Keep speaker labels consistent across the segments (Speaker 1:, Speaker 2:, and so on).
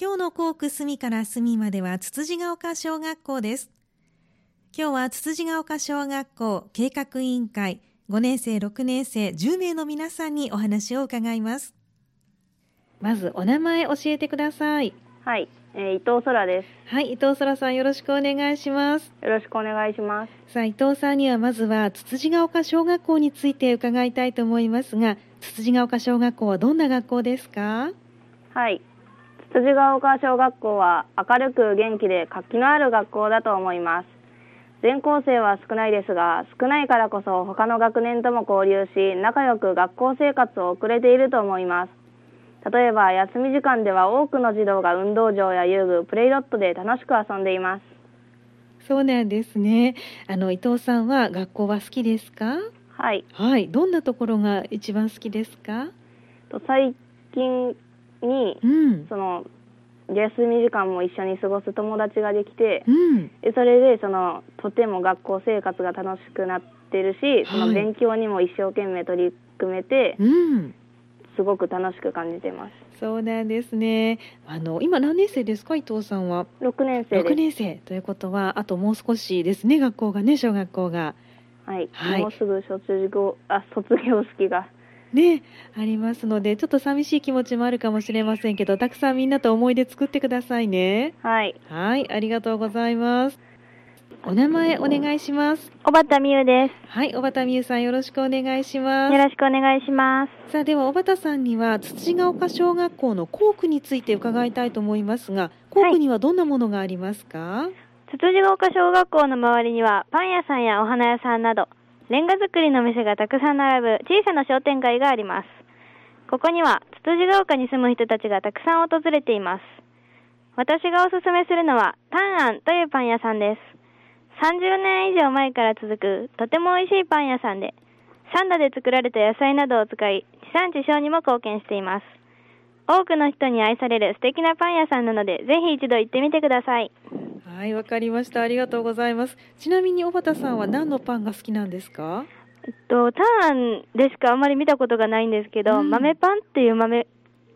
Speaker 1: 今日の校区隅から隅まではつつじが丘小学校です今日はつつじが丘小学校計画委員会5年生6年生10名の皆さんにお話を伺いますまずお名前教えてください
Speaker 2: はい、えー伊藤空で
Speaker 1: はい伊藤空さんよろしくお願いします
Speaker 2: す。よろしくお願いします。
Speaker 1: さあ伊藤さんにはまずはつつじが丘小学校について伺いたいと思いますがつつじが丘小学校はどんな学校ですか
Speaker 2: はい、つつじが丘小学校は明るく元気で活気のある学校だと思います。全校生は少ないですが、少ないからこそ他の学年とも交流し、仲良く学校生活を送れていると思います。例えば休み時間では多くの児童が運動場や遊具、プレイロットで楽しく遊んでいます。
Speaker 1: そうなんですねあの伊藤さんは学校は好きですか
Speaker 2: はい、
Speaker 1: はいどんなところが一番好きですか
Speaker 2: と最近に
Speaker 1: うん
Speaker 2: その休み時間も一緒に過ごす友達ができて、
Speaker 1: うん
Speaker 2: でそれでそのとても学校生活が楽しくなってるし、そ
Speaker 1: は
Speaker 2: の
Speaker 1: い
Speaker 2: 勉強にも一生懸命取り組めて
Speaker 1: うん
Speaker 2: すごく楽しく感じてます
Speaker 1: そうなんですねあの今何年生ですか伊藤さんは
Speaker 2: 6年
Speaker 1: 6
Speaker 2: 生です
Speaker 1: 年生ということはあともう少しですね学校がね小学校が
Speaker 2: はい、
Speaker 1: はい
Speaker 2: もうすぐ卒業あ卒業式が
Speaker 1: ねありますのでちょっと寂しい気持ちもあるかもしれませんけどたくさんみんなと思い出作ってくださいね
Speaker 2: はい
Speaker 1: はいありがとうございますお名前お願いします
Speaker 2: 小畑美優です
Speaker 1: はい小畑美優さんよろしくお願いします
Speaker 2: ろしくお願いします
Speaker 1: さあでは小畑さんには土ヶ丘小学校の校区について伺いたいと思いますが校区にはどんなものがありますか、
Speaker 2: つつじが丘小学校の周りにはパン屋さんやお花屋さんなどレンガ作りの店がたくさん並ぶ小さな商店街がありますここにはつつじが丘に住む人たちがたくさん訪れています私がおすすめするのはタンアンというパン屋さんです30年以上前から続くとても美味しいパン屋さんでサンダで作られた野菜などを使い地産地消にも貢献しています多くの人に愛される素敵なパン屋さんなのでぜひ一度行ってみてください
Speaker 1: はいわかりましたありがとうございますちなみに小畑さんは何のパンが好きなんですか
Speaker 2: えっと、ターンでしかあんまり見たことがないんですけど、
Speaker 1: うん
Speaker 2: 豆パンっていう豆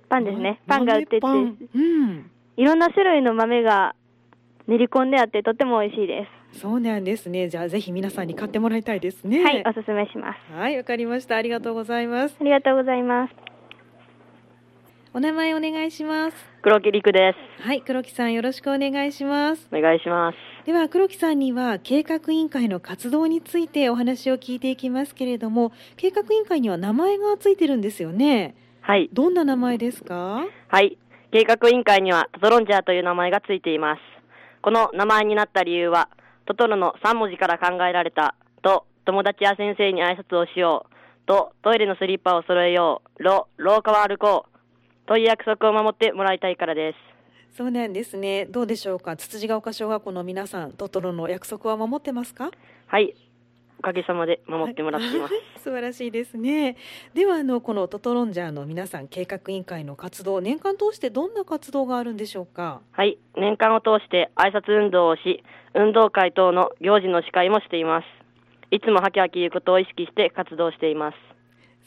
Speaker 2: パンですね。パンが売ってて、
Speaker 1: 豆パンうん
Speaker 2: いろんな種類の豆が練り込んであって、とっても美味しいです。
Speaker 1: そうなんですね。じゃあぜひ皆さんに買ってもらいたいですね。
Speaker 2: はい、おすすめします。
Speaker 1: はい、わかりました。ありがとうございます。
Speaker 2: ありがとうございます。
Speaker 1: お名前お願いします。
Speaker 3: 黒木陸で
Speaker 1: はい、黒木さんよろしくお願いします。
Speaker 3: す。お願いします。
Speaker 1: では黒木さんには計画委員会の活動についてお話を聞いていきますけれども、計画委員会には名前がついてるんですよね。
Speaker 3: はい。
Speaker 1: どんな名前ですか？
Speaker 3: はい。計画委員会にはトトロンジャーという名前がついています。この名前になった理由は、トトロの3文字から考えられた、と、友達や先生に挨拶をしよう、と、トイレのスリッパを揃えよう、ろ、廊下は歩こう、という約束を守ってもらいたいからです。
Speaker 1: そうなんですね。どうでしょうか。つつじが丘小学校の皆さん、トトロの約束は守ってますか？
Speaker 3: はい。おかげさまで守ってもらっています。
Speaker 1: 素晴らしい ですね。ではあのこのトトロンジャーの皆さん計画委員会の活動年間通してどんな活動があるんでしょうか。
Speaker 3: はい、年間を通して挨拶運動をし、運動会等の行事の司会もしています。いつもハキハキ言うことを意識して活動しています。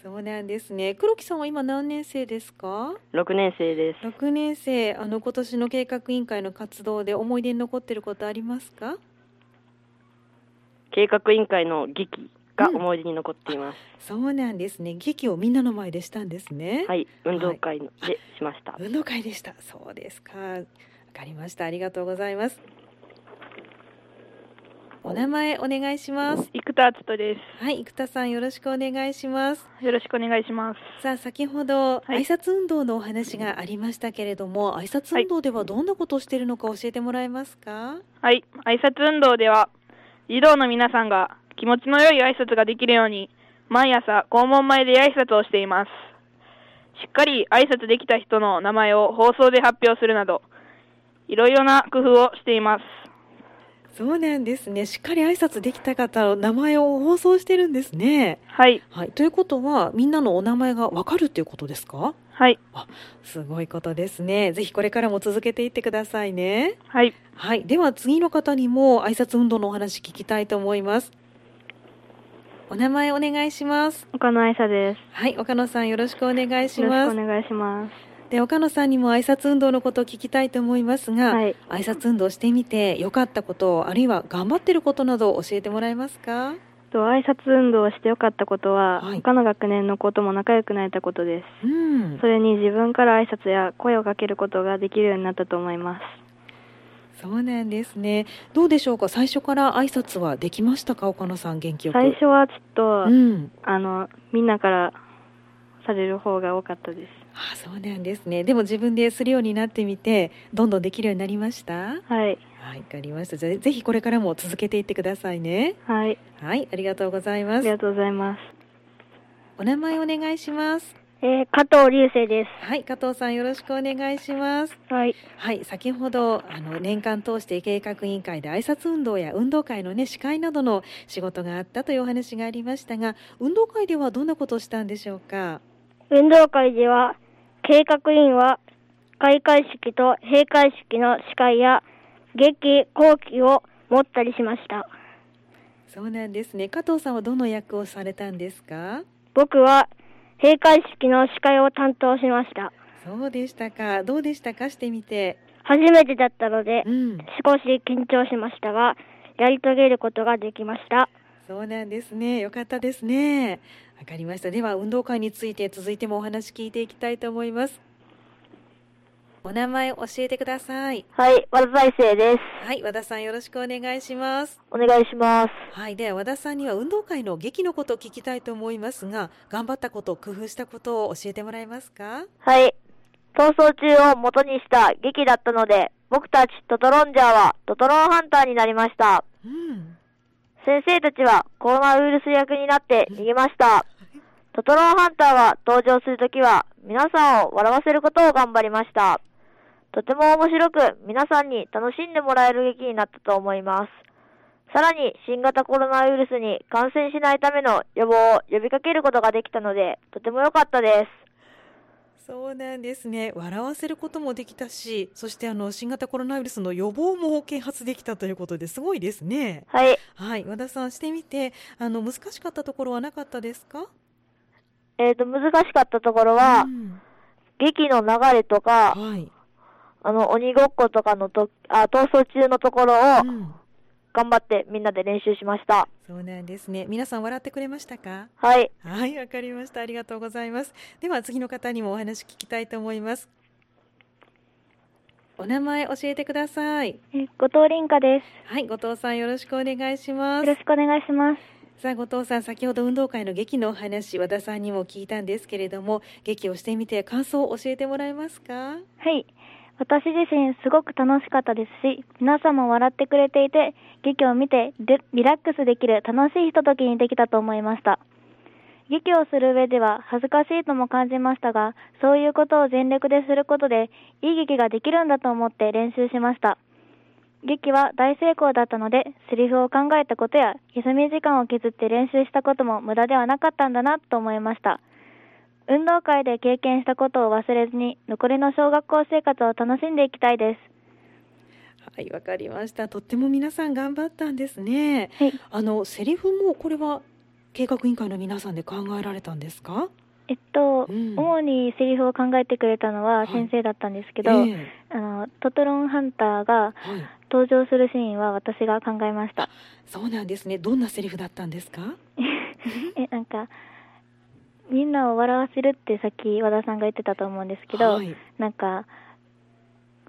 Speaker 1: そうなんですね。黒木さんは今何年生ですか。
Speaker 3: 6年生です。
Speaker 1: 六年生。あの今年の計画委員会の活動で思い出に残っていることありますか。
Speaker 3: 計画委員会の劇が思い出に残っています。
Speaker 1: そうなんですね。劇をみんなの前でしたんですね。
Speaker 3: はい、運動会でしました。
Speaker 1: 運動会でした。そうですか。わかりました。ありがとうございます。お名前お願いします。
Speaker 2: 生田篤人で
Speaker 1: はい、生田さんよろしくお願いします。
Speaker 2: す。よろしくお願いします。
Speaker 1: さあ先ほど挨
Speaker 2: い
Speaker 1: 拶運動のお話がありましたけれども、挨拶運動ではどんなことをしているのか教えてもらえますか。
Speaker 4: はい、挨拶運動では、児童の皆さんが気持ちの良い挨拶ができるように、毎朝校門前で挨拶をしています。しっかり挨拶できた人の名前を放送で発表するなど、いろいろな工夫をしています。
Speaker 1: そうなんですね。しっかり挨拶できた方の名前を放送してるんですね。
Speaker 4: はい、
Speaker 1: はい、ということはみんなのお名前がわかるということですか。
Speaker 4: はい、
Speaker 1: すごいことですね。ぜひこれからも続けていってくださいね。
Speaker 4: はい。
Speaker 1: はい、では次の方にも挨拶運動のお話聞きたいと思います。お名前お願いします。
Speaker 2: 岡野愛沙で
Speaker 1: はい、岡野さんよろしくお願い
Speaker 2: す。
Speaker 1: し
Speaker 2: よろ
Speaker 1: ま
Speaker 2: し
Speaker 1: す
Speaker 2: くお。願いします。
Speaker 1: で岡野さんにも挨拶運動のことを聞きたいと思いますが、
Speaker 2: はい
Speaker 1: 挨拶運動してみて良かったことあるいは頑張ってることなど教えてもらえますか
Speaker 2: と挨拶運動をしてよかったことは、
Speaker 1: はい
Speaker 2: 他の学年の子とも仲良くなれたことで
Speaker 1: う
Speaker 2: す
Speaker 1: ん
Speaker 2: それに自分から挨拶や声をかけることができるようになったと思います
Speaker 1: そうなんですねどうでしょうか最初から挨拶はできましたか岡野さん元気よく
Speaker 2: 最初はちょっと、
Speaker 1: うん
Speaker 2: あのみんなからされる方が多かったです
Speaker 1: あそうなんですねでも自分でするようになってみてどんどんできるようになりました
Speaker 2: はい
Speaker 1: はい、わかりました。じゃあぜひこれからも続けていってくださいね。
Speaker 2: はい
Speaker 1: はい、ありがとうござい
Speaker 2: あ
Speaker 1: ま
Speaker 2: り
Speaker 1: す
Speaker 2: が。とうございます
Speaker 1: お名前お願いします。
Speaker 5: えー加藤流星で
Speaker 1: はい、加藤さんよろしくお願いします。
Speaker 5: す。はい。
Speaker 1: はい、先ほどあの年間通して計画委員会で挨拶運動や運動会のね司会などの仕事があったというお話がありましたが、運動会ではどんなことをしたんでしょうか。
Speaker 5: 運動会では、計画委員は、開会式と閉会式の司会や、劇、後期を持ったりしました。
Speaker 1: そうなんですね。加藤さんはどの役をされたんですか。
Speaker 5: 僕は、閉会式の司会を担当しました。
Speaker 1: そうでしたか。どうでしたかしてみて。
Speaker 5: 初めてだったので
Speaker 1: う、ん。
Speaker 5: 少し緊張しましたが、やり遂げることができました。
Speaker 1: そうなんですね。よかったですね。わかりました。では運動会について続いてもお話聞いていきたいと思います。お名前教えてください。
Speaker 5: はい、和田大成です。
Speaker 1: はい、和田さんよろしくお願いします。
Speaker 5: お願いします。
Speaker 1: はい、では和田さんには運動会の劇のことを聞きたいと思いますが、頑張ったこと、工夫したことを教えてもらえますか。
Speaker 5: はい。逃走中を元にした劇だったので、僕たちトトロンジャーはトトロンハンターになりました。
Speaker 1: うん、
Speaker 5: 先生たちはコロナウイルス役になって逃げました。トトロンハンターが登場するときは、皆さんを笑わせることを頑張りました。とても面白く、皆さんに楽しんでもらえる劇になったと思います。さらに、新型コロナウイルスに感染しないための予防を呼びかけることができたので、とても良かったです。
Speaker 1: そうなんですね。笑わせることもできたし、そしてあの新型コロナウイルスの予防も啓発できたということですごいですね。
Speaker 5: はい。
Speaker 1: はい、和田さんしてみて、あの難しかったところはなかったですか？
Speaker 5: えっ、と、難しかったところは、
Speaker 1: うん
Speaker 5: 劇の流れとか、
Speaker 1: はい、
Speaker 5: あの、鬼ごっことかのと、あ、逃走中のところを
Speaker 1: うん
Speaker 5: 頑張ってみんなで練習しました。
Speaker 1: そうなんですね。皆さん笑ってくれましたか？
Speaker 5: はい。
Speaker 1: はい、わかりました。ありがとうございます。では次の方にもお話聞きたいと思います。お名前教えてください。
Speaker 5: 後藤凛香です。
Speaker 1: はい、後藤さんよろしくお願いしま
Speaker 5: よ
Speaker 1: す
Speaker 5: ろ。しくお願いします。
Speaker 1: さあ、後藤さん、先ほど運動会の劇のお話、和田さんにも聞いたんですけれども、劇をしてみて感想を教えてもらえますか？
Speaker 5: はい。私自身すごく楽しかったですし、皆さんも笑ってくれていて、劇を見てリリラックスできる楽しいひとときにできたと思いました。劇をする上では恥ずかしいとも感じましたが、そういうことを全力ですることで、いい劇ができるんだと思って練習しました。劇は大成功だったので、セリフを考えたことや、休み時間を削って練習したことも無駄ではなかったんだなと思いました。運動会で経験したことを忘れずに残りの小学校生活を楽しんでいきたいで
Speaker 1: はい、わかりました。とっても皆さん頑張ったんですね。
Speaker 5: す。はい。
Speaker 1: あのセリフもこれは計画委員会の皆さんで考えられたんですか？
Speaker 5: えっと、
Speaker 1: うん
Speaker 5: 主にセリフを考えてくれたの
Speaker 1: は
Speaker 5: はい先生だったんですけど、
Speaker 1: ええ
Speaker 5: あのトトロンハンターが
Speaker 1: はい、
Speaker 5: 登場するシーンは私が考えました。
Speaker 1: そうなんですね。どんなセリフだったんですか？
Speaker 5: え、なんか、みんなを笑わせるってさっき和田さんが言ってたと思うんですけど、
Speaker 1: はい、
Speaker 5: なんか、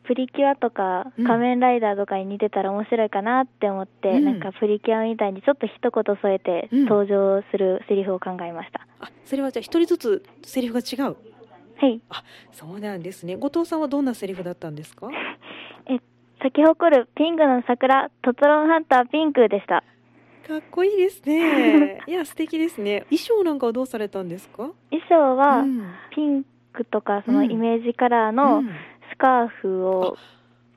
Speaker 5: プリキュアとか
Speaker 1: うん
Speaker 5: 仮面ライダーとかに似てたら面白いかなって思って、
Speaker 1: うん
Speaker 5: なんかプリキュアみたいにちょっと一言添えて
Speaker 1: うん
Speaker 5: 登場するセリフを考えました。
Speaker 1: あ、それはじゃあ一人ずつセリフが違う。
Speaker 5: はい。
Speaker 1: そうなんですね。後藤さんはどんなセリフだったんですか？
Speaker 5: 咲き誇るピンクの桜、トトロンハンターピンクでした。
Speaker 1: かっこいいですね。 いや素敵ですね。衣装なんかはどうされたんですか？
Speaker 5: 衣装は
Speaker 1: うん
Speaker 5: ピンクとかそうの
Speaker 1: ん
Speaker 5: イメージカラー
Speaker 1: う
Speaker 5: の
Speaker 1: ん
Speaker 5: スカーフを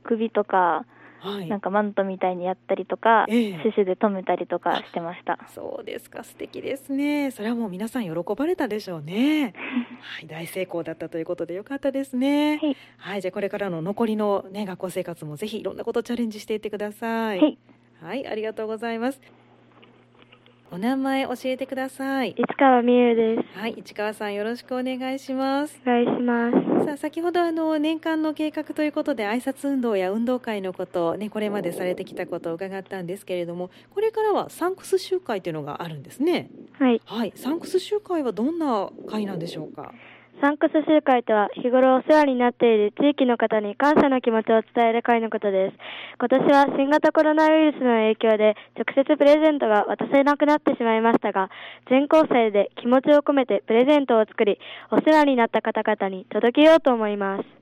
Speaker 5: 首とか
Speaker 1: はい
Speaker 5: なんかマントみたいにやったりとか、
Speaker 1: ええ
Speaker 5: シュシュで留めたりとかしてました。
Speaker 1: そうですか素敵ですねそれはもう皆さん喜ばれたでしょうねはい大成功だったということでよかったですね
Speaker 5: はい、
Speaker 1: じゃあこれからの残りのね学校生活もぜひいろんなことチャレンジしていってください
Speaker 5: はい、
Speaker 1: はいありがとうございますお名前教えてください。
Speaker 5: 市川美優です。
Speaker 1: はい、市川さんよろしくお願いします。
Speaker 5: お願いします。
Speaker 1: さあ、先ほどあの年間の計画ということで挨拶運動や運動会のこと、ね、これまでされてきたことを伺ったんですけれども、これからはサンクス集会というのがあるんですね。
Speaker 5: はい。
Speaker 1: はい、サンクス集会はどんな会なんでしょうか。
Speaker 5: サンクス集会とは、日頃お世話になっている地域の方に感謝の気持ちを伝える会のことです。今年は新型コロナウイルスの影響で、直接プレゼントが渡せなくなってしまいましたが、全校生で気持ちを込めてプレゼントを作り、お世話になった方々に届けようと思います。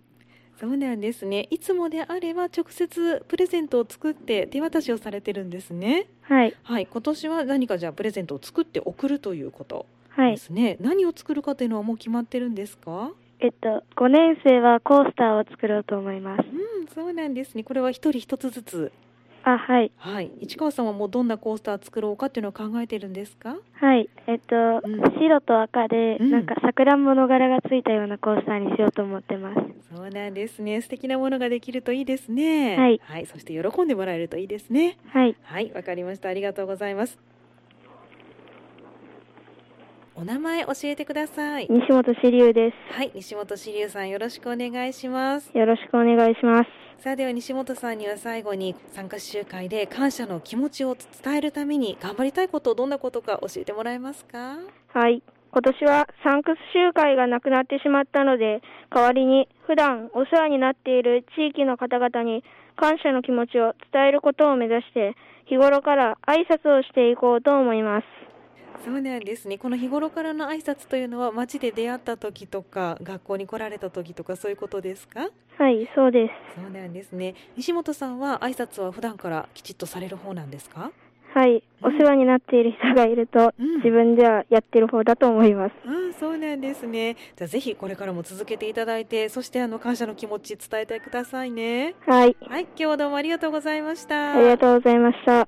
Speaker 1: そうなんですね。いつもであれば直接プレゼントを作って手渡しをされてるんですね。
Speaker 5: はい。
Speaker 1: はい、今年は何かじゃあプレゼントを作って送るということ
Speaker 5: は
Speaker 1: で
Speaker 5: い。
Speaker 1: すね。何を作るかというのはもう決まってるんですか。
Speaker 5: えっと、5年生はコースターを作ろうと思います。
Speaker 1: うん、そうなんですね。これは一人一つずつ。
Speaker 5: あ、はい。
Speaker 1: はい、市川さんはもうどんなコースター作ろうかっていうのを考えてるんですか。
Speaker 5: はい、えっと、
Speaker 1: うん
Speaker 5: 白と赤で、
Speaker 1: うん
Speaker 5: なんか桜んぼの柄がついたようなコースターにしようと思ってます。
Speaker 1: そうなんですね。素敵なものができるといいですね。
Speaker 5: はい
Speaker 1: はい、そして喜んでもらえるといいですね。
Speaker 5: はい、
Speaker 1: はい、わかりました。ありがとうございます。お名前教えてください。
Speaker 5: 西本志龍で
Speaker 1: はい、西本志龍さんよろしくお願いします。
Speaker 5: す。よろしくお願いします。
Speaker 1: さあでは西本さんには最後に参加集会で感謝の気持ちを伝えるために頑張りたいことどんなことか教えてもらえますか。
Speaker 5: はい、今年はサンクス集会がなくなってしまったので、代わりに普段お世話になっている地域の方々に感謝の気持ちを伝えることを目指して、日頃から挨拶をしていこうと思います。
Speaker 1: そうなんですね。この日頃からの挨拶というのは街で出会った時とか学校に来られた時とかそういうことですか。
Speaker 5: はい、そうです。
Speaker 1: そうなんですね。西本さんは挨拶は普段からきちっとされる方なんですか。
Speaker 5: はい、お世話になっている人がいると、
Speaker 1: うん
Speaker 5: 自分ではやってる方だと思います。
Speaker 1: うん、そうなんですね。じゃあぜひこれからも続けていただいて、そしてあの感謝の気持ち伝えてくださいね。
Speaker 5: はい。
Speaker 1: はい、今日はどうもありがとうございました。
Speaker 5: ありがとうございました。